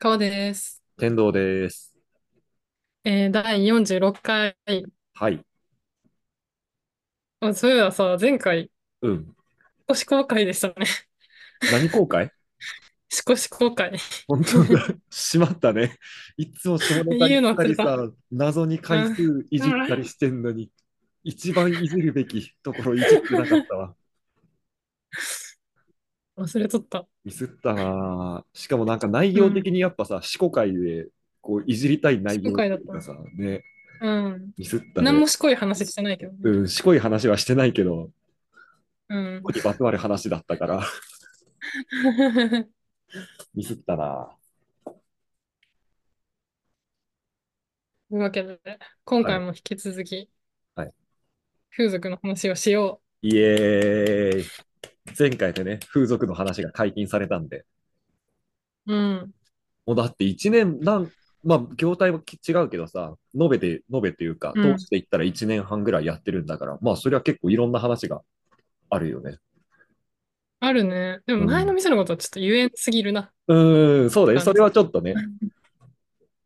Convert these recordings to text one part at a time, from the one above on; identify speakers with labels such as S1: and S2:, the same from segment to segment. S1: そうです。
S2: 天童です。
S1: えー、第46回。
S2: はい。
S1: あそういえばさ、前回、
S2: うん。
S1: 少し後悔でしたね。
S2: 何公開
S1: 少し後悔。
S2: 本当だ。しまったね。いつも下ネタ
S1: 言
S2: に
S1: う
S2: し
S1: の
S2: た
S1: 忘れ
S2: り
S1: た。
S2: さ、謎に
S1: う
S2: 回
S1: ん。
S2: 数いじったりしてんのに、一番いじるべきところいじってなかっ たわ。
S1: 忘れとった。
S2: ミスったなぁ。しかもなんか内
S1: う
S2: 容
S1: ん。
S2: 的にやっぱさ、四股会でこういじりたい内
S1: 後
S2: 容
S1: 悔だ
S2: と
S1: っ
S2: いう
S1: た
S2: か
S1: な。
S2: さ、ね、
S1: うん。
S2: ミスった
S1: 何
S2: ね。
S1: もしこい話してないけどね。
S2: うん、しこい話はしてないけど、
S1: うん。
S2: ここにまつわる話だったから、 ミスったな
S1: というわけで、今
S2: ぁ。は
S1: 回
S2: い。
S1: も引き続き、
S2: はい。
S1: 風俗の話をしよ
S2: イエーイ。前回でね、風俗の話が解禁されたんで、
S1: う。うん。
S2: もうだって1年、なん、まあ、業態はき違うけどさ、延べで、延べというか、
S1: う
S2: 通
S1: ん。
S2: していったら1年半ぐらいやってるんだから、まあ、それは結構いろんな話があるよね。
S1: あるね。で
S2: う
S1: も前の
S2: ん。
S1: 店のことはちょっと言えんすぎるな、
S2: うーん、そうだね。
S1: 感
S2: それ
S1: じ。
S2: はちょっとね、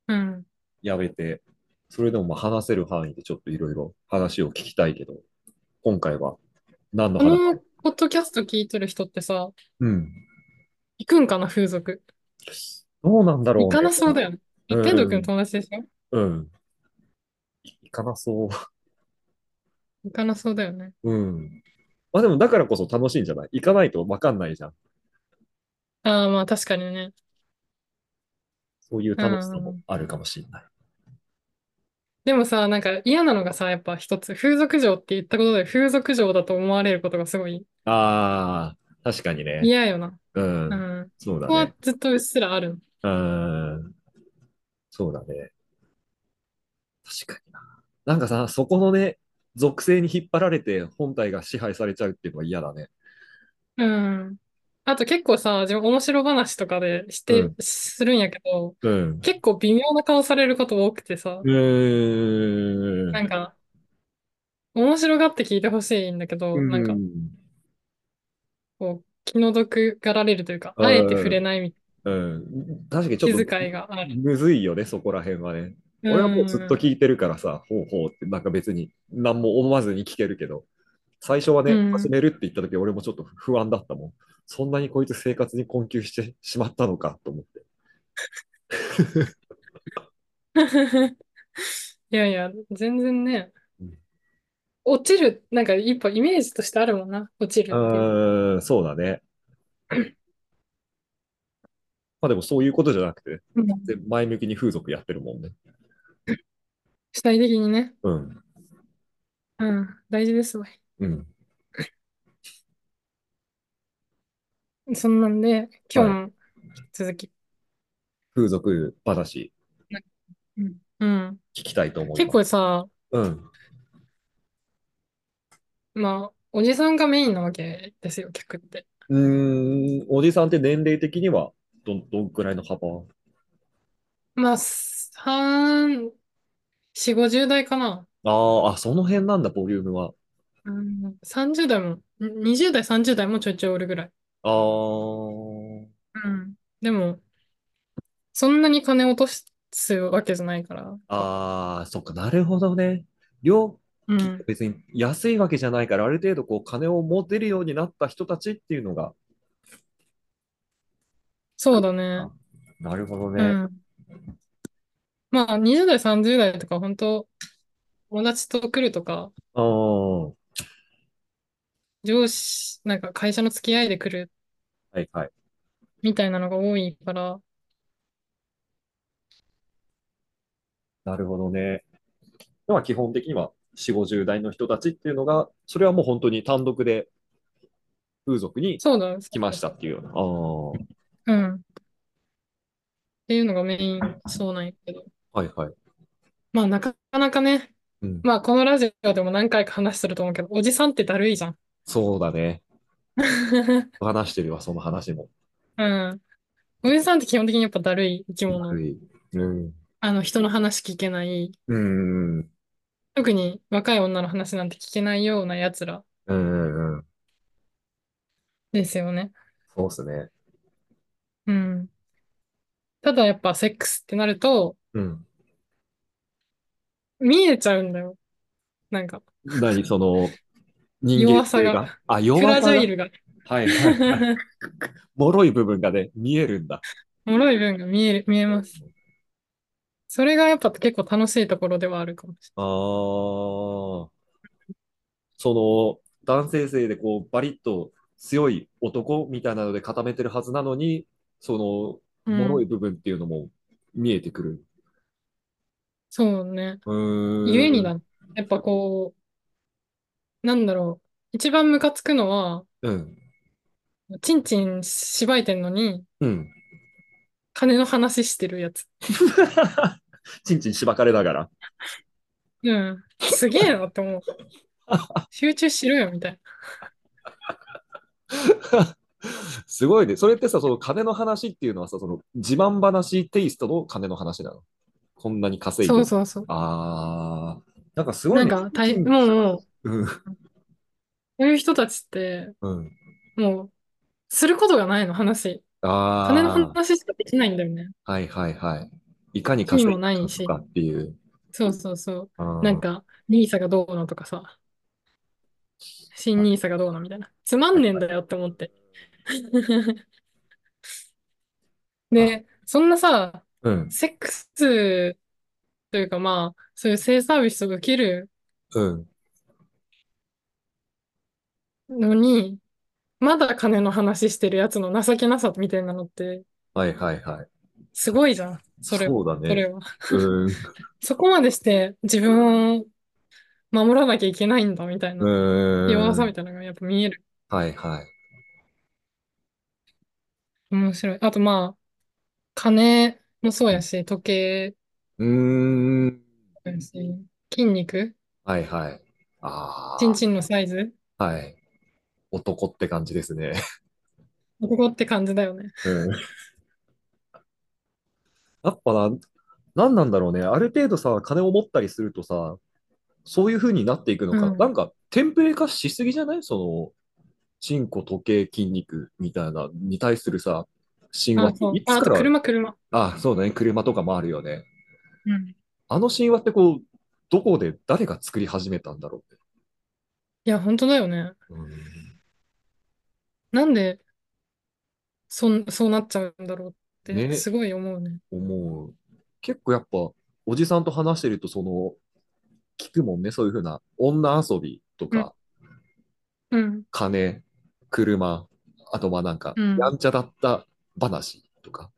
S1: うん。
S2: やめて、それでもまあ話せる範囲でちょっといろいろ話を聞きたいけど、今回は何の
S1: こ
S2: 話
S1: のポッドキャスト聞いてる人ってさ、
S2: うん。
S1: 行くんかな、風俗。
S2: どうなんだ
S1: 行
S2: ろう
S1: か
S2: ね。
S1: なそうだよね。え、天
S2: う
S1: 童くん
S2: ん、
S1: 友達でしょ
S2: うん。いかなそう。
S1: 行かなそうだよね。
S2: うん。まあでもだからこそ楽しいんじゃない行かないとわかんないじゃん。
S1: ああ、まあ確かにね。
S2: そういう
S1: う
S2: 楽しさも
S1: ん。
S2: あるかもしれない。
S1: でもさ、なんか嫌なのがさ、やっぱ一つ、風俗嬢って言ったことで風俗嬢だと思われることがすごい
S2: ああ、確かにね。
S1: 嫌よな。
S2: う。
S1: うんん。
S2: そう
S1: そ
S2: だ
S1: こは
S2: ね。
S1: ずっとうっすらある。
S2: うん。そうだね。確かにな。なんかさ、そこのね、属性に引っ張られて本体が支配されちゃうっていうのは嫌だね。
S1: うん。あと結構さ、自分面白話とかでし
S2: う
S1: て、
S2: ん。
S1: するんやけど、
S2: うん。
S1: 結構微妙な顔されること多くてさ、
S2: うー。
S1: なんんか、面白がって聞いてほしいんだけ
S2: う
S1: ど、なんか、
S2: ん。
S1: こう、気の毒がられるというか、あえて触
S2: う
S1: れ
S2: ん。
S1: ないみたい
S2: うん。確かにちょっ
S1: 気
S2: と
S1: 遣いがある。
S2: むずいよね、そこら辺はね。
S1: う
S2: 俺はもうずっと
S1: ん。
S2: 聞いてるからさ、ほうほうって、なんか別に何も思わずに聞けるけど、最初は
S1: う
S2: ね、始
S1: ん。
S2: めるって言った時俺もちょっと不安だったもん。そんなにこいつ生活に困窮してしまったのかと思って。
S1: いやいや、全然ね、
S2: うん
S1: 落ちる、なんか一歩イメージとしてあるもんな、落ちるっていう。
S2: うーん、そうだね。 まあでもそういうことじゃなくて、
S1: うん。
S2: 全然前向きに風俗やってるもんね。
S1: 主体的にね。
S2: うん、
S1: うん。大事ですわ。
S2: うん。
S1: そんなんで、今
S2: は
S1: 日
S2: い。
S1: も引き続き。
S2: 風俗話
S1: うん。うん
S2: 聞きたいと思い
S1: 結
S2: ます。
S1: 構さ、
S2: うん。
S1: まあ、おじさんがメインなわけですよ、客って。
S2: うーん、おじさんって年齢的にはど、どんくらいの幅
S1: まあ、三、四五十代かな。
S2: あーあ、その辺なんだ、ボリュームは。
S1: うん、30代も、ん20代、30代もちょいちょいおるぐらい。
S2: ああ、
S1: うん。でも、そんなに金落とすわけじゃないから。
S2: ああ、そっか、なるほどね。料
S1: う
S2: 金って
S1: ん。
S2: 別に安いわけじゃないから、ある程度こう金を持てるようになった人たちっていうのが
S1: そう
S2: 来る
S1: だね。
S2: のかな。なるほど
S1: う
S2: ね。
S1: ん。まあ、20代、30代とか、本当友達と来るとか、
S2: ああ、
S1: 上司、なんか会社の付き合いで来る
S2: はいはい。
S1: みたいなのが多いから、
S2: なるほどね。では基本的には4、50代の人たちっていうのが、それはもう本当に単独で風俗に
S1: そうだ、そ
S2: 来
S1: う
S2: ま
S1: だ。
S2: したっていうような。あ
S1: う
S2: あ、
S1: ん。っていうのがメイン、そうなんやけど。
S2: はいはい。
S1: まあ、なかなかね、
S2: うん。
S1: まあ、このラジオでも何回か話すると思うけど、おじさんってだるいじゃん。
S2: そうだね。話してるわ、その話も。
S1: うん。おじさんって基本的にやっぱだるい生き
S2: だ
S1: 物。
S2: るい。うん。
S1: あの、人の話聞けない。
S2: うん。うん
S1: 特に若い女の話なんて聞けないようなやつら
S2: うん。うん
S1: ですよね。
S2: そうですね。
S1: うん。ただやっぱセックスってなると、
S2: うん。
S1: 見えちゃうんだよ。なんか、
S2: 何、その、人間
S1: 弱さ
S2: 性
S1: が。
S2: あ、
S1: フ
S2: 弱
S1: ラジ
S2: さ
S1: ャ
S2: が
S1: イルが。
S2: はい はいはい。脆い部分がね、見えるんだ。
S1: 脆い分が見える、見えます。それがやっぱ結構楽しいところではあるかもし
S2: ああ、その、男性性でこう、バリッと強い男みたいなので固めてるはずなのに、そ
S1: れ
S2: の、
S1: ない。う
S2: 脆い
S1: ん。
S2: 部分っていうのも見えてくる。
S1: そうね。
S2: う
S1: ゆえに
S2: ーん。
S1: だ。やっぱこう、なんだろう。一番ムカつくのは、
S2: うん。
S1: チンチンしばいてんのに、
S2: うん。
S1: 金の話してるやつ。
S2: ちんちんしばかれながら。
S1: うん。すげえなって思う。集中しろよ、みたいな。
S2: すごいね。それってさ、その金の話っていうのはさ、その自慢話テイストの金の話なの。こんなに稼い
S1: そう
S2: で。
S1: そうそう。
S2: ああ、なんかすご
S1: ないん
S2: ね。
S1: か、
S2: ちん
S1: 大
S2: ち
S1: 変、
S2: ん
S1: もう、もう、
S2: うん。
S1: そういう人たちって、
S2: うん。
S1: もう、することがないの、話。金の
S2: あ
S1: 話しかできないんだよね。
S2: あ、はいはいはい。いかに
S1: 趣味
S2: 稼
S1: も
S2: いで
S1: な
S2: た
S1: い
S2: と
S1: し。
S2: かっていう。
S1: そうそうそう。
S2: う
S1: なん
S2: ん。
S1: か、ニーサがどうのとかさ、新
S2: は
S1: ニーサがどうのみたいな。つまん
S2: い
S1: ねえん
S2: はい。
S1: だよって思って。
S2: あ、
S1: で、そんなさ、
S2: うん、
S1: セックスというかまあ、そういう性サービスを受ける
S2: うん。
S1: のに、まだ金の話してるやつの情けなさみたいなのって、
S2: はいはいはい。
S1: すごいじゃん。それ、
S2: そうだ
S1: それ
S2: ね。
S1: は。
S2: うん、
S1: そこまでして自分を守らなきゃいけないんだみたいな弱
S2: う
S1: さ
S2: ん。
S1: みたいなのがやっぱ見える。
S2: はいはい。
S1: 面白い。あとまあ、金もそうやし、時計
S2: うーん。
S1: もそうやし、筋肉、
S2: はいは
S1: チ
S2: い。
S1: ン
S2: あ
S1: チンのサイズ、
S2: あ、はい。男って感じですね。
S1: 男って感じだよね。
S2: うん やっぱな、なんなんだろうね。ある程度さ、金を持ったりするとさ、そういう風になっていくの
S1: う
S2: か。なん
S1: ん。
S2: か、テンプレ化しすぎじゃないその、チンコ、時計、筋肉みたいな、に対するさ、神話
S1: あ、
S2: って
S1: そう。
S2: いつ
S1: あ、あ
S2: か
S1: と
S2: ら、
S1: 車、車。
S2: あ、そうだね、車とかもあるよね。
S1: うん。
S2: あの神話ってこう、どこで誰が作り始めたんだろ
S1: いや、本当だよね。
S2: うね。うん
S1: なんで、そん、そうなっちゃうんだろうって、
S2: ね、
S1: すごい思うね。
S2: 思う。結構やっぱ、おじさんと話してると、その、聞くもんね、そういう風な、女遊びと
S1: うん、
S2: か、
S1: うん、
S2: 金、車、あとまあなんか、
S1: う
S2: や
S1: ん。
S2: んちゃだった話とか。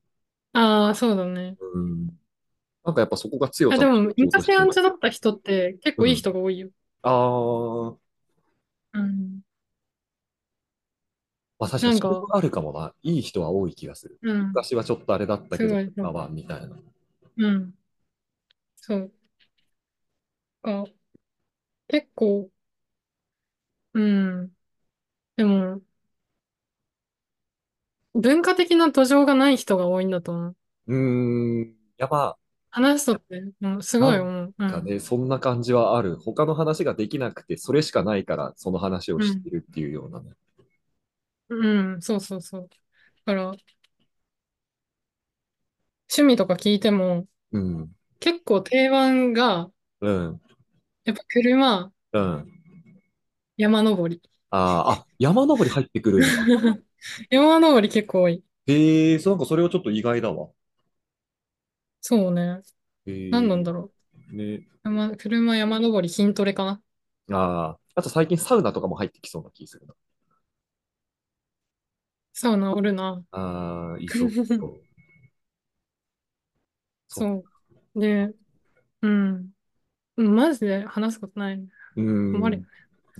S1: ああ、そうだね。
S2: うん。なんかやっぱそこが
S1: あ、
S2: 強さ
S1: で
S2: の
S1: も、
S2: 象徴
S1: 昔
S2: して
S1: ア
S2: る
S1: ン
S2: の。
S1: チャだった人って結構
S2: う
S1: いい
S2: ん。
S1: 人が多いよ。
S2: ああ、
S1: うん。
S2: まあ確かに
S1: なん
S2: それ
S1: か、
S2: はあるかもな。いい人は多い気がする。
S1: うん、
S2: 昔はちょっとあれだったけ
S1: す
S2: ど、
S1: ごい、
S2: 今はみたいな。
S1: うん、そう。あ、結構、うん。でも、文化的な土壌がない人が多いんだと思う。
S2: うーん。やば、
S1: 話すとって、うん、す
S2: な
S1: ごい
S2: ん
S1: 思う。う
S2: か
S1: ん、
S2: ね、そんな感じはある。他の話ができなくて、それしかないから、その話を
S1: う
S2: して
S1: ん、
S2: るっていうようなね。
S1: うん、そうそうそう。だから、趣味とか聞いても、
S2: うん。
S1: 結構定番が、
S2: うん。
S1: やっぱ車、
S2: うん。
S1: 山登り。
S2: あーあ、山登り入っ てくるんだ。
S1: 山登り結構多い。
S2: へえ、そう、なんかそれはちょっと意外だわ。
S1: そうね。
S2: へ
S1: 何な
S2: え、
S1: んだろ
S2: ね。
S1: う。山、車、山登り、筋トレかな。
S2: ああ、あと最近サウナとかも入ってきそうな気するな。
S1: サウナおるな。
S2: ああ、いそう、いそう。 そう。
S1: そう。で、うん。マジで話すことないね。
S2: う
S1: 困る
S2: ん、
S1: よね。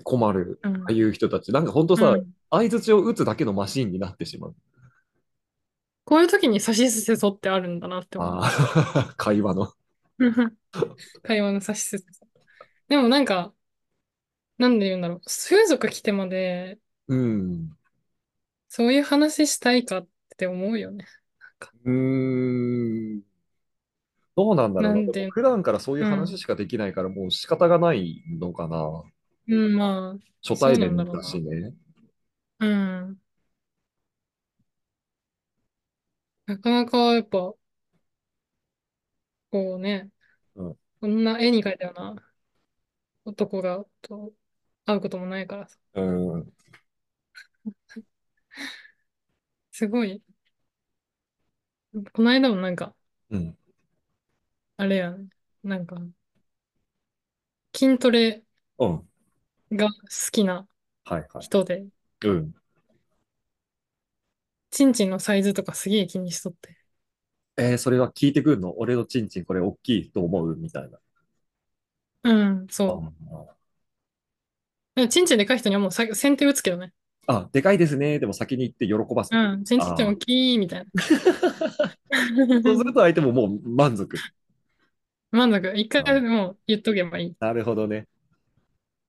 S2: 困る。
S1: う
S2: あ
S1: ん。
S2: あいう人たち。なんか本当
S1: う
S2: さ、
S1: ん。
S2: 相槌を打つだけのマシーンになってしまう。
S1: こういう時にさしすせそってあるんだなって思う。
S2: ああ、 会話の。
S1: うん 会話のさしすせそ。でもなんか、なんで言うんだろう。風俗来てまで、
S2: うん。
S1: そういう話したいかって思うよね。なんか
S2: うーん。どうなんだろ
S1: な
S2: うな。
S1: ん
S2: でも
S1: ていう
S2: 普段からそういう
S1: の。う
S2: 話
S1: ん。
S2: しかできないから、もう仕方がないのかな。
S1: うん、まあ、
S2: 初
S1: そう
S2: 対
S1: なんだ
S2: 面
S1: ろう
S2: だし
S1: な。
S2: ね。
S1: うん。なかなかやっぱ、こうね、
S2: うん。
S1: こんな絵に描いたような男がと会うこともないからさ、
S2: うん。
S1: すごい、この間もなんか、
S2: うん。
S1: あれやん、なんか、筋トレ
S2: うん。
S1: が好きな
S2: はいはい。
S1: 人で、
S2: うん。
S1: チンチンのサイズとかすげえ気にしとって。
S2: えー、それは聞いてくるの俺のチンチンこれ大きいと思うみたいな。
S1: うん、
S2: あ
S1: そう。
S2: ー
S1: でもチンチンでかい人にはもうさ先手打つけどね。
S2: あ、でかいですね。でも先に行って喜ばすってこ
S1: う
S2: と。
S1: ん、チンチンって
S2: あ
S1: 大きいみたい な。
S2: あ。そうすると相手ももう満足。
S1: 満足。一回
S2: あー
S1: もう言っとけばいい。
S2: なるほどね。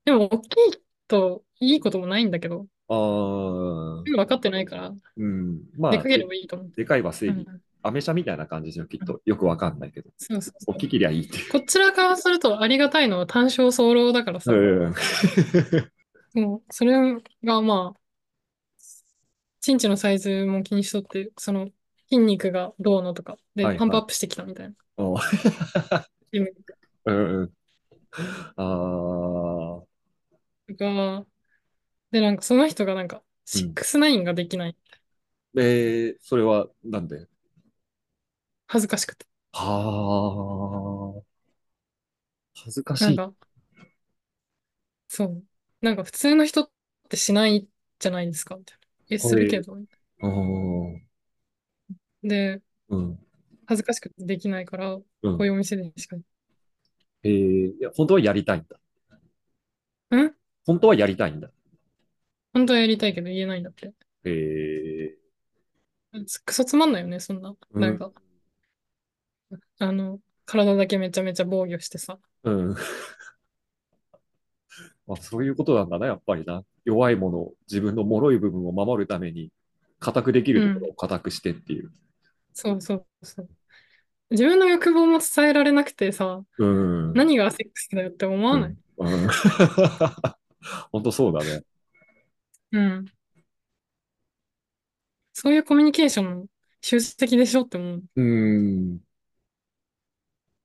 S1: でも、大きいといいこともないんだけど、
S2: ああ、
S1: 分かってないから、
S2: うん。
S1: 出
S2: まあ、
S1: かけれ
S2: で、
S1: ばいいと思って。
S2: でかいは正
S1: う
S2: 義。
S1: ん。
S2: アメ車みたいな感じですよ、きっ
S1: うん
S2: と。よくわかんないけど。
S1: そうそう
S2: 大
S1: そう。
S2: きけりゃいいってい
S1: こちらからするとありがたいのは単勝早漏だから
S2: う。
S1: さ、
S2: うん。
S1: もう、それがまあ、チンチのサイズも気にしとって、その、筋肉がどうのとか、で、
S2: はい
S1: パンプア
S2: はい。
S1: ップしてきたみたいな。
S2: お
S1: ジム
S2: うんうん。ああ、
S1: とか、で、なんかその人がなんか、
S2: う
S1: シッ
S2: ん。
S1: クスナインができない。
S2: えー、それはなんで
S1: 恥ずかしくて。
S2: はあ、恥ずか
S1: なん
S2: しい。
S1: か、そう。なんか普通の人ってしないじゃないですか、みたいな。え、
S2: は
S1: するけ
S2: い。
S1: ど。
S2: あー
S1: で、
S2: うん、
S1: 恥ずかしくてできないから、こ
S2: う。
S1: うんいうお店でしか。ん
S2: えー、いや、本当はやりたいんだ。本当はやりたいんだ。
S1: 本当はやりたいけど言えないんだって。
S2: えー、
S1: つクソつまんないよね、そんな。
S2: う
S1: なん
S2: ん、
S1: か、あの、体だけめちゃめちゃ防御してさ。
S2: うん。 あ、そういうことなんだな、やっぱりな。弱いものを、自分の脆い部分を守るために、固くでき
S1: う
S2: るとこ
S1: ん。
S2: ろを固くしてっていう。
S1: そうそうそう。自分の欲望も伝えられなくてさ、
S2: うん、うん、
S1: 何がセックスだよって思
S2: う
S1: わない。
S2: ん。 本当そうだね。
S1: うん。そういうコミュニケーションの集積でしょって思う。
S2: うん。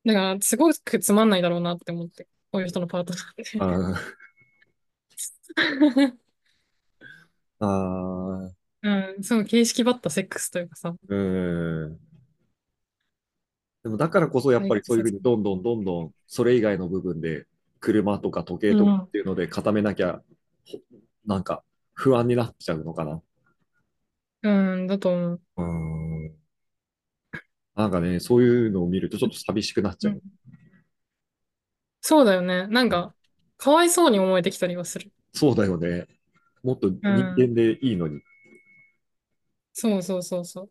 S1: だから、すごくつまんないだろうなって思って。こういう人のパートナーって。
S2: あーあー、
S1: うん、その形式ばったセックスというかさ、
S2: うん。でもだからこそやっ
S1: 最
S2: ぱりそういうふう
S1: 切
S2: にどんどんどんどんそれ以外の部分で車とか時計
S1: う
S2: とかっ
S1: ん、
S2: ていうので固めなきゃほなんか不安になっちゃうのかな。
S1: うん、だと思う。
S2: うーん。なんかね、そういうのを見るとちょっと寂しくなっち
S1: う
S2: ゃ
S1: ん、
S2: う。
S1: そうだよね。なん
S2: うん
S1: か、かわいそうに思えてきたりはする。
S2: そうだよね。もっと
S1: う
S2: 人
S1: ん、
S2: 間でいいのに。
S1: そうそうそうそう。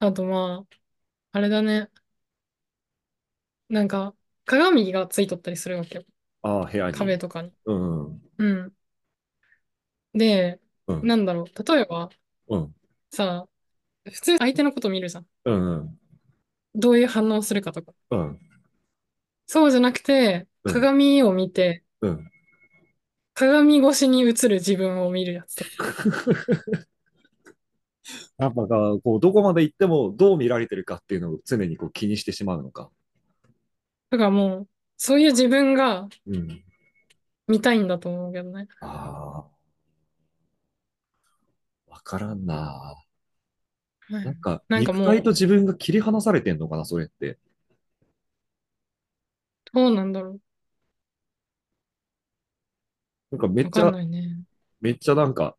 S1: あとまあ、あれだね。なんか、鏡がついとったりするわけよ。
S2: ああ、部屋に。
S1: 壁とかに。
S2: うん。
S1: うん。で、
S2: うん。
S1: なんだろう。例えば、
S2: うん。
S1: さ、普通相手のこと見るじゃん。
S2: うん。
S1: どういう反応するかとか。
S2: うん。
S1: そうじゃなくて、
S2: うん。
S1: 鏡を見て、
S2: うん。
S1: 鏡越しに映る自分を見るやつとか。
S2: やっぱこう、どこまで行ってもどう見られてるかっていうのを常にこう気にしてしまうのか。
S1: だからもう、そういう自分が
S2: うん。
S1: 見たいんだと思うけどね。
S2: ああ、わからんな。
S1: は
S2: なん
S1: い。
S2: か、
S1: なんか
S2: 肉体と
S1: もう、
S2: 自分が切り離されてんのかな、それって。
S1: どうなんだろ
S2: なんかめ
S1: う。
S2: っ
S1: わ
S2: ち
S1: かん
S2: ゃ、
S1: ないね。
S2: めっちゃなんか、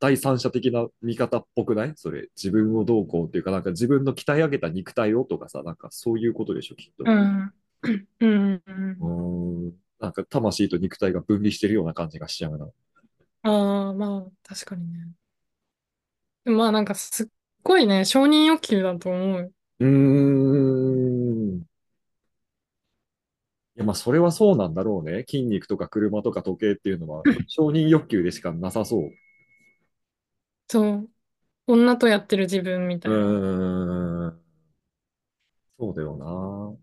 S2: 第三者的な見方っぽくないそれ。自分をどうこうっていうか、なんか自分の鍛え上げた肉体をとかさ、なんかそういうことでしょ、きっ
S1: う
S2: と。
S1: ん。うん。うん。
S2: うーん。なんか魂と肉体が分離してるような感じがしちゃうな。
S1: ああ、まあ、確かにね。でもまあ、なんかすっごいね、承認欲求だと思うよ。
S2: うーん。いや、まあ、それはそうなんだろうね。筋肉とか車とか時計っていうのは、承認欲求でしかなさそう。
S1: そう。女とやってる自分み
S2: う
S1: たいな。
S2: ーん。そうだよな。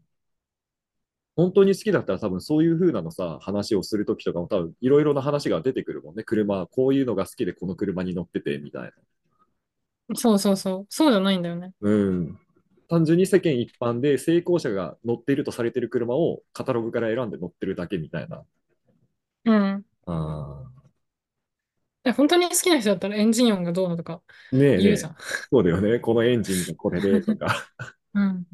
S2: 本当に好きだったら多分そういう風なのさ、話をするときとかも多分いろいろな話が出てくるもんね。車、こういうのが好きでこの車に乗っててみたいな。
S1: そうそうそう。そうじゃないんだよね。
S2: うん。単純に世間一般で成功者が乗っているとされている車をカタログから選んで乗ってるだけみたいな。
S1: うん。
S2: あ
S1: え、本当に好きな人だったらエンジン音がどうのとか
S2: ーねえね
S1: 言うじゃ
S2: え。
S1: ん。
S2: そうだよね。このエンジンがこれでとか。
S1: うん。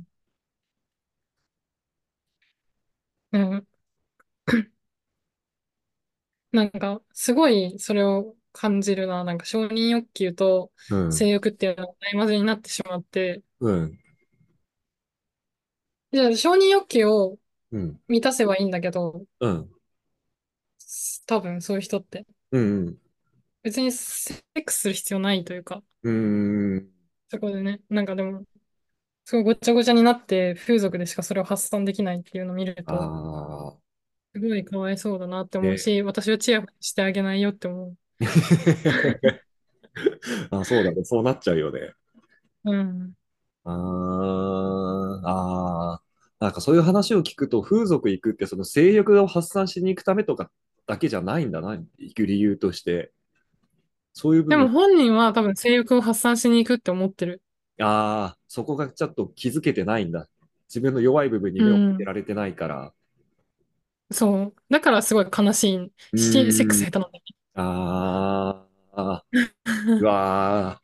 S1: うん。 なんか、すごいそれを感じるな。なんか承認欲求と
S2: うん、
S1: 性欲って いうのがないまぜになってしまって、
S2: うん、
S1: じゃあ承認欲求を
S2: うん、
S1: 満たせばいいんだけど、
S2: うん、
S1: 多分そういう人って。
S2: うん、
S1: 別にセックスする必要ないというか、
S2: うん、うん、
S1: そこでね、なんかでも、すごいごちゃごちゃになって風俗でしかそれを発散できないっていうのを見ると、
S2: ああ、
S1: すごいかわいそうだなって思う
S2: ね。
S1: し、私はチヤホヤしてあげないよって思う。
S2: あ、そうだね。そうなっちゃうよね。
S1: うん。
S2: あーあー、なんかそういう話を聞くと、風俗行くって、その性欲を発散しに行くためとかだけじゃないんだな、行く理由として。そういう部
S1: でも
S2: 分。
S1: 本人は多分性欲を発散しに行くって思ってる。
S2: ああ、そこがちょっと気づけてないんだ。自分の弱い部分に
S1: う
S2: 目を向け
S1: ん。
S2: られてないから。
S1: そう。だからすごい悲しい。
S2: う
S1: し、セックス
S2: ー
S1: 下
S2: ん。
S1: 手なんだね。
S2: ああ、 うわあ、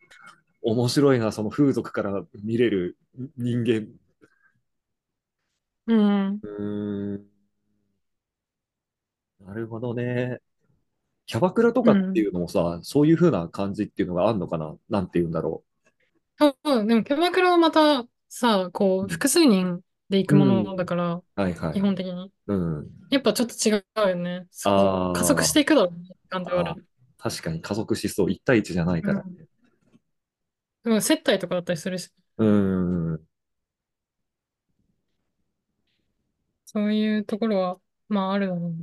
S2: 面白いな、その風俗から見れる人間。
S1: うん。
S2: うーん、なるほどね。キャバクラと
S1: う
S2: かってい
S1: ん。
S2: うのもさ、そういう風な感じっていうのがあるのかななんて言うんだろ
S1: そう、でもキャバクラはまたさ、こう、
S2: う。
S1: 複数人で行
S2: う
S1: くも
S2: ん。う
S1: のだ
S2: ん
S1: から、
S2: はいは
S1: 基
S2: い。
S1: 本的に。
S2: うん。
S1: やっぱちょっと違うよね。その、加速し
S2: あ
S1: ていくだろうね、感
S2: あ、
S1: 情
S2: あ
S1: が。
S2: あ、確かに家族思想一対一じゃないうから
S1: ん。
S2: ね。
S1: でも接待とかだったりするし、
S2: うーん。
S1: そういうところは、まああるだろうね。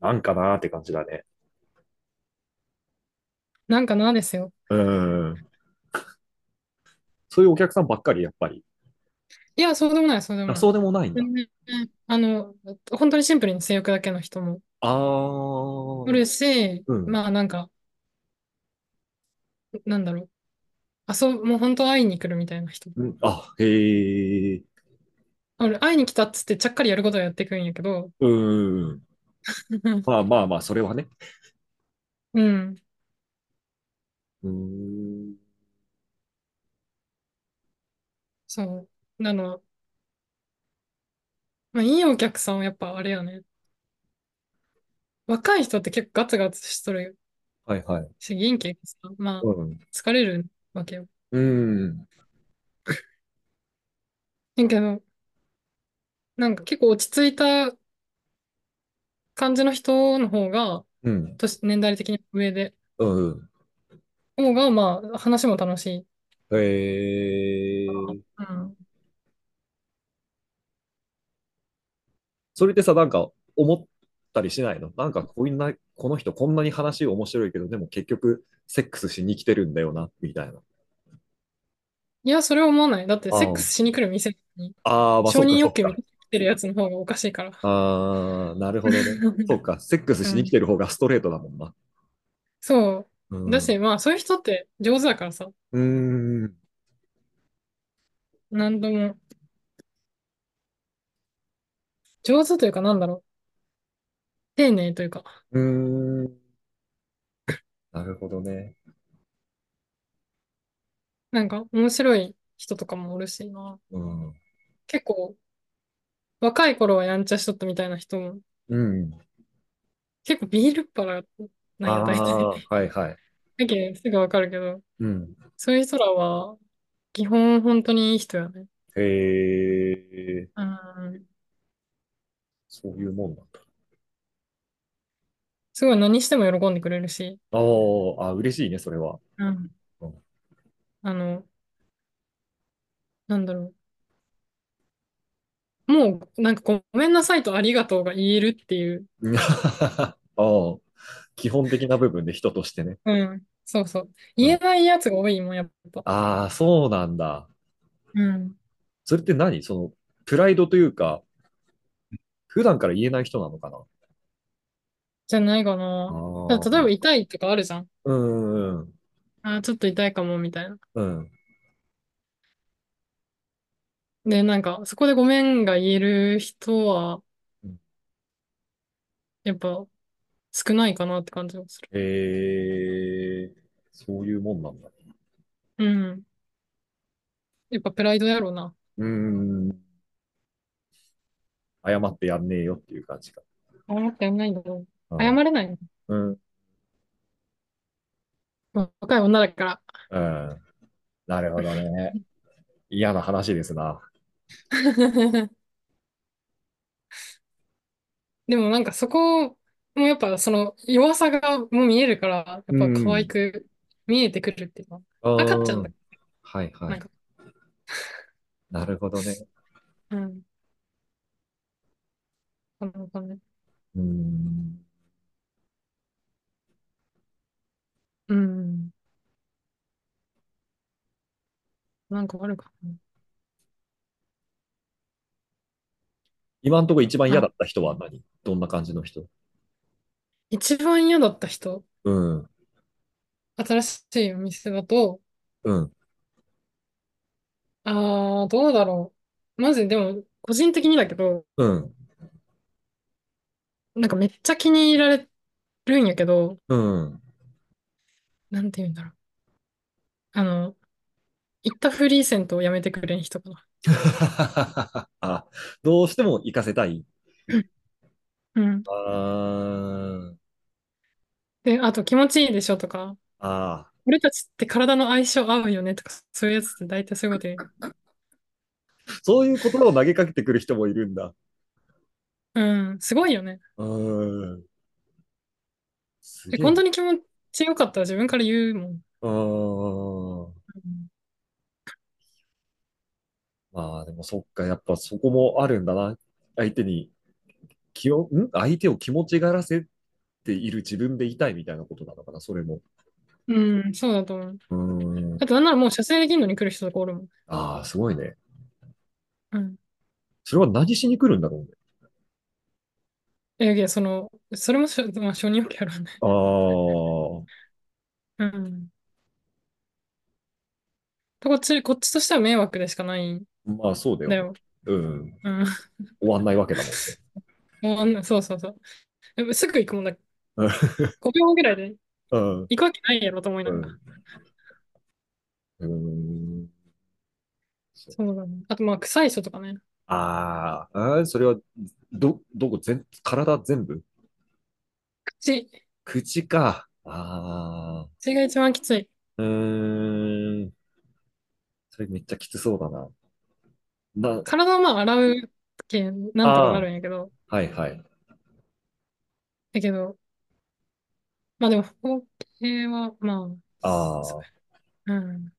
S2: なんかなーって感じだね。
S1: なんかなですよ。
S2: うーん。そういうお客さんばっかり、やっぱり。
S1: いや、そうでもない、そうでもな
S2: あ、
S1: い。
S2: そうでもないんだ。
S1: 全然、あの、本当にシンプルに性欲だけの人も
S2: あ
S1: お
S2: あ、
S1: るし、
S2: うん。
S1: まあなんか、なんだろう。遊ぶ、もう本当会いに来るみたいな人。
S2: うん、あ、へえ。
S1: 俺、会いに来たっつってちゃっかりやることはやってくんやけど、
S2: うーん。まあまあまあ、それはね。
S1: うん。
S2: うーん。
S1: そう。なの、まあ、いいお客さんはやっぱあれよね。若い人って結構ガツガツしとる
S2: はいはい。
S1: し、元気やけどさ、まあ、
S2: うん。
S1: 疲れるわけよ。
S2: うーん。
S1: だけど、なんか結構落ち着いた感じの人の方が、
S2: うん。
S1: 年、年代的に上で、
S2: うん。
S1: 方が、まあ、話も楽しい。
S2: えー、
S1: うん。
S2: それってさ、なんか思ったりしないのなんかこんな、この人こんなに話面白いけど、でも結局セックスしに来てるんだよな、みたいな。
S1: いや、それは思わない。だって、セック
S2: あ
S1: スしに来る店に、
S2: あ、あーまあ
S1: 承
S2: そう
S1: 認
S2: かそ
S1: 欲求
S2: うか。
S1: 満たしてるやつの方がおかしいから。
S2: ああ、なるほ どね。そうか、セックス
S1: う
S2: しに来
S1: ん。
S2: てる方がストレートだもんな。
S1: そうう。だ
S2: ん。
S1: し、まあ、そういう人って上手だからさ、
S2: うーん。
S1: 何度も、上手というか、なんだろう。丁寧というか。
S2: うーん。 なるほどね。
S1: なんか面白い人とかもおるしな。
S2: うん。
S1: 結構若い頃はやんちゃしとったみたいな人も、
S2: うん。
S1: 結構ビールっ腹なんよ、大体。
S2: ああ、はいはい。
S1: だけどすぐわかるけど、
S2: うん。
S1: そういう人らは、基本本当にいい人やね。
S2: へえ、
S1: うん。
S2: そういうもんなんだ。
S1: すごい何しても喜んでくれるし、
S2: あーあ、嬉しいね、それ は。
S1: うん。
S2: うん。
S1: あの、なんだろう。もう、なんかごめんなさいとありがとうが言えるっていう。
S2: ああ、基本的な部分で人としてね。
S1: うん。そうそう。
S2: う
S1: 言え
S2: ん。
S1: ないやつが多いもん、やっぱ。
S2: ああ、そうなんだ。
S1: うん。
S2: それって何その、プライドというか、普段から言えない人なのかな
S1: じゃないか
S2: あ
S1: な。だから例え
S2: あ、
S1: ば痛いとかあるじゃん。
S2: うん、うん、
S1: あー、ちょっと痛いかも、みたいな。
S2: うん。
S1: で、なんか、そこでごめんが言える人は、
S2: うん
S1: やっぱ少ないかなって感じがする。
S2: えー、そういうもんなんだ。
S1: うん。やっぱプライドやろうな。
S2: うーん、謝ってやんねえよっていう感じか。
S1: 謝ってやんないんだろう。
S2: う
S1: 謝
S2: ん、
S1: れないの。
S2: うん、
S1: 若い女だから。
S2: うん。なるほどね。嫌な話ですな。
S1: でもなんかそこもやっぱその弱さがもう見えるから、や
S2: う
S1: っぱ可愛
S2: ん。
S1: く見えてくるっていうか、
S2: あ
S1: 赤ちゃん
S2: あ、
S1: だ。
S2: はいは
S1: なん
S2: い。
S1: か、
S2: なるほどね。
S1: うん。こんな感じ。
S2: うーん。
S1: うん。なんかあるかな。
S2: 今んとこ一番嫌だ
S1: あ、
S2: った人は何どんな感じの人
S1: 一番嫌だった人、
S2: うん、
S1: 新しいお店だと、
S2: うん。
S1: あー、どうだろう。まずでも、個人的にだけど、
S2: うん、
S1: なんかめっちゃ気に入られるんやけど、
S2: うん。
S1: なんて言うんだろう。あの、行ったフリーセントをやめてくれん人かな。
S2: あ、どうしても行かせたい。
S1: うん。
S2: あ
S1: で、あと気持ちいいでしょとか、
S2: あ、あ
S1: 俺たちって体の相性合うよねとか、そういうやつって大体そういうこと言う。
S2: ーそういう言葉を投げかけてくる人もいるんだ。
S1: うん、すごいよね。
S2: うーん、す
S1: え、
S2: げえ
S1: 本当に気持ちよかったら自分から言うもん。
S2: な。うーん。
S1: うん
S2: まあでもそっか、やっぱそこもあるんだな。相手に気を、ん相手を気持ちがらせている自分でいたいみたいなことなのかな、それも。
S1: うん、そうだと思う。
S2: うーん。
S1: あと、なんならもう射精できるのに来る人とかおるもん。
S2: ああ、すごいね。
S1: うん。
S2: それは何しに来るんだろうね。
S1: いやいや、その、それもしょ、 まあ、承認欲求やろうね。
S2: ああ、
S1: うん。とこっち、こっちとしては迷惑でしかないん
S2: まあそうだよ
S1: だ
S2: ね。
S1: よ。
S2: うん。
S1: うん。
S2: 終わんないわけだもんね。
S1: もうあんな、そうそうそう。でもすぐ行くもんだ。
S2: うん。
S1: 5秒ぐらいで
S2: うん。
S1: 行くわけないやろと思いな
S2: う
S1: が
S2: ん。
S1: ら。
S2: うーんそう
S1: そうだね。あと、まあ、臭い人とかね。
S2: あーあー、それは、ど、どこ、全、体全部
S1: 口、
S2: 口か。ああ、
S1: 口が一番きつい。
S2: うーん。それめっちゃきつそうだな。な、
S1: 体をまあ、洗うけん、なんとかな
S2: あ
S1: るんやけど。
S2: あ、はいはい。
S1: だけど、まあでも、包茎は、まあ、そ
S2: あ
S1: う。
S2: あ、
S1: うん。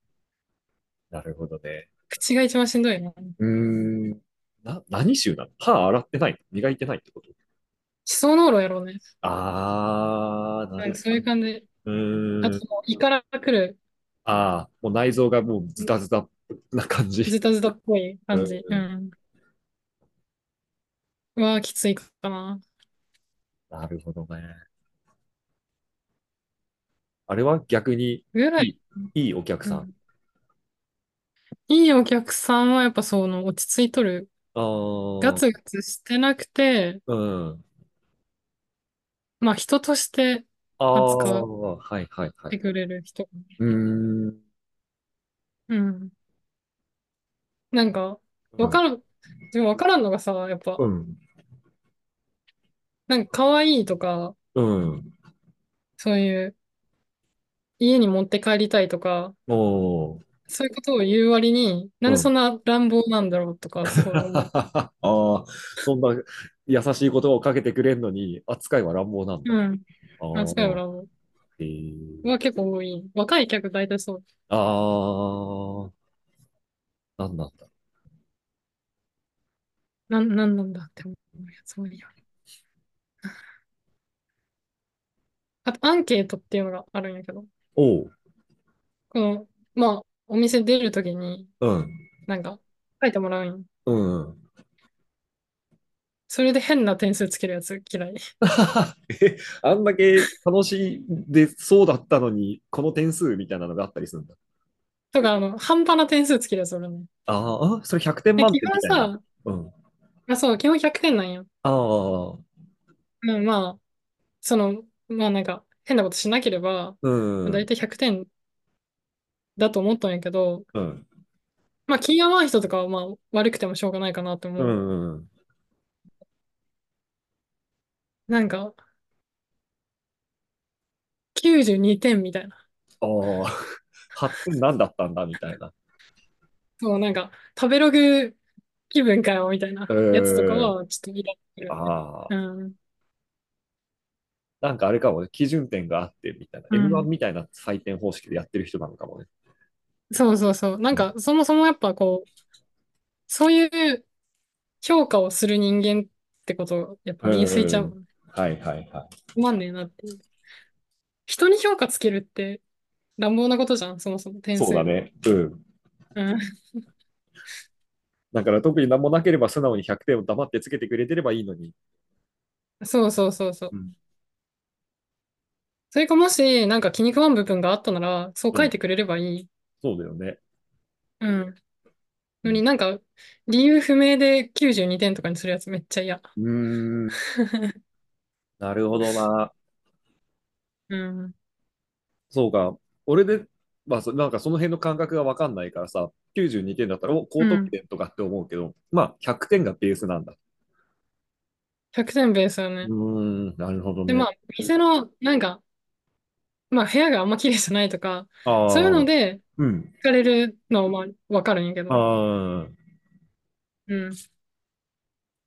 S2: なるほどね。
S1: 口が一番しんどいね。
S2: うーん。な、何臭なの歯洗ってないの磨いてないってこと
S1: 歯槽膿漏やろうね。
S2: ああ、な
S1: なん
S2: る
S1: かそ
S2: ほ
S1: うい
S2: ど
S1: う
S2: ね。
S1: 感じ。
S2: う
S1: あ
S2: ー
S1: と
S2: ん。
S1: もう胃から来る
S2: ああ、もう内臓がもうズタズタな感じ。
S1: ズタズタっぽい感じ。
S2: う。
S1: うんん。はきついかな。
S2: なるほどね。あれは逆に
S1: ぐら
S2: い
S1: い。
S2: い、いいお客
S1: う
S2: さん。
S1: ん。いいお客さんはやっぱその落ち着いとる。
S2: あ
S1: ガ
S2: あ、う
S1: ツガツしてなくて、
S2: ん。
S1: まあ人として
S2: あ
S1: 扱っ
S2: あ、はいはいはい。
S1: てくれる人。
S2: うーん。
S1: うん。なんか、
S2: う
S1: わ
S2: ん。
S1: からん、でもわからんのがさ、やっぱ、
S2: うん。
S1: なんか可愛いとか、
S2: うん。
S1: そういう家に持って帰りたいとか、
S2: おー。
S1: そういうことを言う割に、な
S2: うん
S1: でそ
S2: ん。
S1: んな乱暴なんだろうとか、すごい思う。
S2: ああ、そんな優しい言葉をかけてくれんのに、扱いは乱暴なんだ。
S1: うん。
S2: あ
S1: 扱いは
S2: あ、
S1: 乱暴。
S2: へえ。
S1: は結構多い。若い客大体そう。
S2: ああ、なんなんだ。
S1: なん、なんなんだって思うやつ多いよ。 あと、アンケートっていうのがあるんやけど、
S2: おう、
S1: この、まあ、お店出るときに、
S2: うん、
S1: なんか、書いてもらうんよ。
S2: うん。
S1: それで変な点数つけるやつ嫌い。
S2: え、あんだけ楽しいでそうだったのに、この点数みたいなのがあったりするんだ。
S1: とか、あの、半端な点数つけるよ、それね。
S2: ああ、それ100点
S1: で、
S2: 満
S1: 基
S2: 点み
S1: 本
S2: たいな。
S1: さ、
S2: うん。
S1: あ、そう、基本100点なんや。
S2: ああ、
S1: うん、まあ、その、まあなんか、変なことしなければ、
S2: う
S1: だい
S2: ん、
S1: たい100点だと思ったんやけど、
S2: うん、
S1: まあ、気が合う人とかは、まあ、悪くてもしょうがないかなって
S2: う
S1: 思う。
S2: ん、うん。
S1: なんか、92点みたいな。
S2: ああ、8点何だったんだみたいな。
S1: そう、なんか、食べログ気分かよ、みたいなやつとか
S2: うん。
S1: は、ちょっとイラッとくるよね。
S2: あ
S1: う
S2: あ、
S1: ん。
S2: なんかあれかもね、基準点があってみたいな。
S1: う
S2: M1
S1: ん。
S2: みたいな採点方式でやってる人なのかもね。
S1: そうそうそう。なん
S2: うん
S1: か、そもそもやっぱこう、そういう評価をする人間ってことを、やっぱ
S2: う
S1: 身についち
S2: ん
S1: ゃ
S2: う。
S1: うんもんね。
S2: はいはいはい。
S1: つまんねえなっていう。人に評価つけるって乱暴なことじゃん、そもそも点
S2: そう
S1: 数が。
S2: だね。うん。
S1: うん。
S2: だから特に何もなければ素直に100点を黙ってつけてくれてればいいのに。
S1: そうそうそうそうう。
S2: ん。
S1: それかもし、なんか気に食わん部分があったなら、そう
S2: う
S1: 書い
S2: ん。
S1: てくれればいい。
S2: そうだよね。
S1: うん。
S2: う
S1: のに
S2: ん。
S1: なんか、理由不明で92点とかにするやつめっちゃ嫌。
S2: う ーん。なるほどな。
S1: うん。
S2: そうか。俺で、まあ、そなんかその辺の感覚がわかんないからさ、92点だったら、お、
S1: う
S2: 高得
S1: ん。
S2: 点とかって思うけど、まあ、100点がベースなんだ。
S1: 100点ベースよ
S2: う
S1: ね。
S2: ーん、なるほど
S1: で、ま
S2: ね。
S1: あ、店の、なんか、まあ、部屋があんま綺麗じゃないとか、そういう
S2: ああ、
S1: ので、
S2: うん。
S1: 惹かれるのは、まあ、わかるんやけど。
S2: ああ、
S1: うん。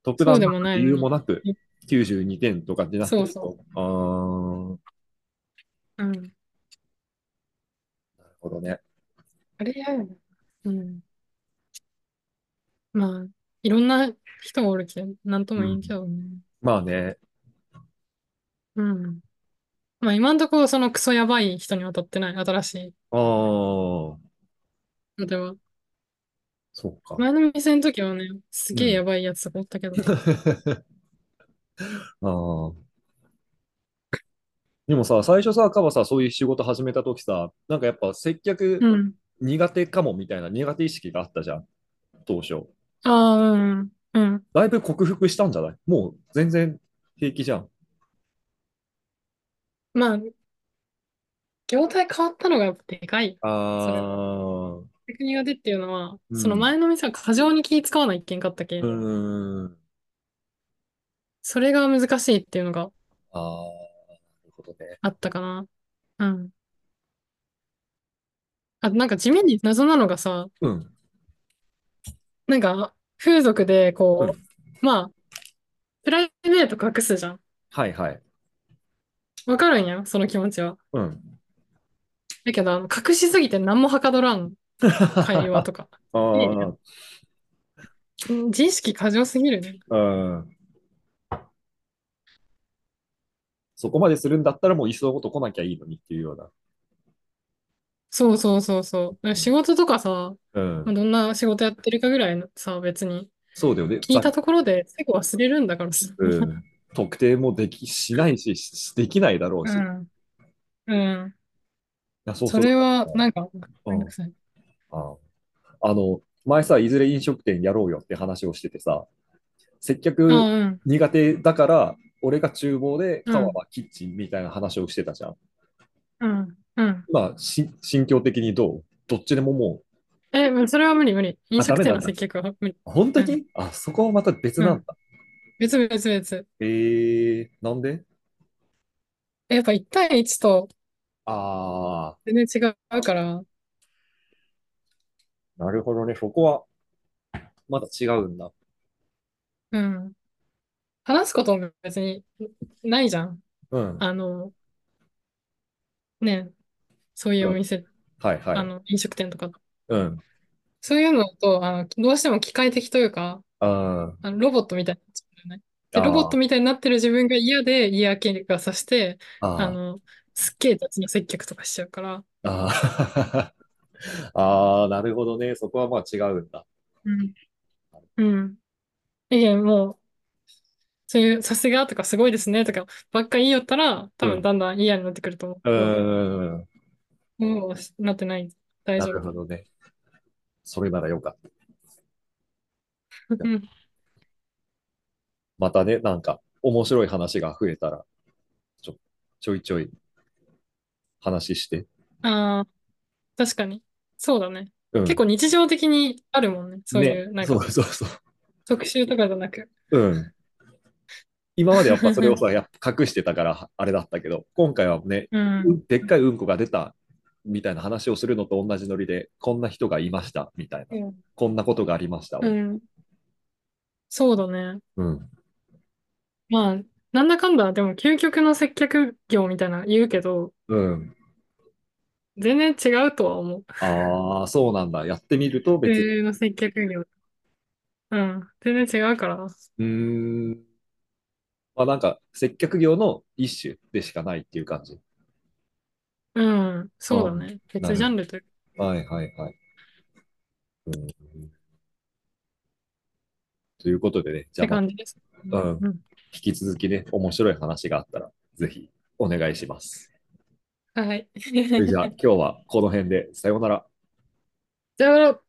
S2: 特
S1: そう
S2: 段
S1: で
S2: な
S1: も
S2: く
S1: ない
S2: 理
S1: の
S2: 由も
S1: に。
S2: なく92点とかになって
S1: そう
S2: る
S1: そ
S2: と、あ
S1: う。
S2: あ、
S1: うん。
S2: なるほどね。
S1: あれ嫌やな。うん。まあ、いろんな人がおるけん、なんと
S2: う
S1: もいい
S2: ん。
S1: んけどね。
S2: まあね。
S1: うん。まあ、今んとこ、そのクソやばい人には当たってない。新しい。
S2: ああ、
S1: 例えば、
S2: そうか。
S1: 前の店の時はね、す
S2: う
S1: げえや
S2: ん。
S1: ばいやつとかおったけど。
S2: ああ。でもさ、最初さ、カバさ、そういう仕事始めた時さ、なんかやっぱ接
S1: う
S2: 客
S1: ん。
S2: 苦手かもみたいな苦手意識があったじゃん、当初。
S1: ああ、うん。うん。
S2: だいぶ克服したんじゃないもう全然平気じゃん。
S1: まあ、業態変わったのがやっぱでかい。それは。
S2: ああ、
S1: 逆に苦手っていうのは、
S2: う
S1: その
S2: ん。
S1: 前の店は過剰に気使わないけんかったけ、
S2: うんーん。
S1: それが難しいっていうのが
S2: ああ、なるほどね。
S1: あったかな。うん。あとなんか地味に謎なのがさ、
S2: うん、
S1: なんか風俗で
S2: う
S1: こ
S2: ん。
S1: う、まあ、プライベート隠すじゃん。
S2: はいはい。
S1: わかるんやん、その気持ちは。
S2: うん。
S1: だけど、あの、隠しすぎて何もはかどらん、会話
S2: あ
S1: と か。いいね。
S2: あ、
S1: うん自意識過剰すぎるね。
S2: うん。そこまでするんだったらもういっそのこと来なきゃいいのにっていうような。
S1: そうそうそうそう。だから仕事とかさ、
S2: う
S1: まあ
S2: ん。
S1: どんな仕事やってるかぐらいのさ、別に
S2: そうだよね。
S1: 聞いたところですぐ忘れるんだからさ。
S2: うん。特定もでき、しないし、しできないだろう
S1: う
S2: し。い
S1: ん。うん。
S2: や、そう
S1: そ
S2: す
S1: れ
S2: ると
S1: は、なんか、
S2: う
S1: めん
S2: ん。
S1: どくさい。
S2: ああの、前さ、いずれ飲食店やろうよって話をしててさ、接
S1: あ
S2: 客
S1: あ、うん。
S2: 苦手だから、俺が厨房で、
S1: う
S2: 川
S1: ん。
S2: はキッチンみたいな話をしてたじゃん。
S1: うん。うん。
S2: まあ、し、心境的にどうどっちでももう、
S1: え、もうそれは無理無理。飲
S2: あ、ダ
S1: 食
S2: メ
S1: 店
S2: な
S1: の
S2: んだ。
S1: 接客は無理。
S2: 本当
S1: うん。
S2: にあ、そこはまた別
S1: う
S2: なん
S1: ん。
S2: だ。
S1: 別々別
S2: えー、なんで
S1: 々。やっぱ1対1と
S2: ああ
S1: 全然違うから、
S2: ー、なるほどね。そこはまだ違うんだ。
S1: うん。話すことも別にないじゃん。
S2: うん。
S1: あの、ね、そういううお
S2: ん。
S1: 店、
S2: はいは
S1: あ
S2: い。
S1: の、飲食店とか。
S2: うん。
S1: そういうのと、あの、どうしても機械的というか、
S2: あ
S1: あのロボットみたいになっちゃうよね。で、ロボッ
S2: あ
S1: トみたいになってる自分が嫌で嫌気がさして、あ
S2: あ、
S1: の、すっげえ雑な接客とかしちゃうから。
S2: ああ、 ああ、なるほどね。そこはまあ違うんだ。
S1: うん。うん。いや、もう、そういう、さすがとかすごいですねとかばっか言いよったら、
S2: う
S1: 多分
S2: ん。
S1: だんだん嫌になってくると思う
S2: う
S1: けど、
S2: ーん。
S1: もうなってない。大
S2: な
S1: 丈
S2: るほ
S1: 夫。
S2: どね。それならよかった。い
S1: う
S2: や
S1: ん。
S2: またね、なんか面白い話が増えたら、ちょ、ちょいちょい話して。
S1: ああ、確かに。そうだね。
S2: う
S1: 結
S2: ん。
S1: 構日常的にあるもんね。そうい
S2: ね。
S1: う、なん
S2: そ
S1: か、
S2: うそうそう。
S1: 特集とかじゃなく。
S2: うん。今までやっぱそ れをさ、やっぱ隠してたから、あれだったけど、今回はね、
S1: う。
S2: うんんでっかいうんこが出たみたいな話をするのと同じノリで、こんな人がいましたみたいな、
S1: うん。
S2: こんなことがありました
S1: う
S2: を。
S1: ん。そうだね。
S2: うん。
S1: まあ、なんだかんだ、でも究極の接客業みたいな言うけど、
S2: うん。
S1: 全然違うとは思う。
S2: ああ、そうなんだ。やってみると
S1: 普
S2: 別に。
S1: 通の接客業。うん。全然違うから。
S2: うーん。まあなんか、接客業の一種でしかないっていう感じ。
S1: うん。そう
S2: う
S1: だ
S2: ん。
S1: ね。
S2: な
S1: 別ジャ
S2: るほ
S1: ンルという
S2: ど。はいはいはい。うん。ということでね、
S1: っ
S2: じゃあ
S1: て
S2: ま
S1: 感じです。う。
S2: た、うんん。
S1: うん。
S2: 引き続きね、面白い話があったら、ぜひお願いします。
S1: はい。
S2: それじゃあ、今日はこの辺で、さようなら。
S1: じゃあ、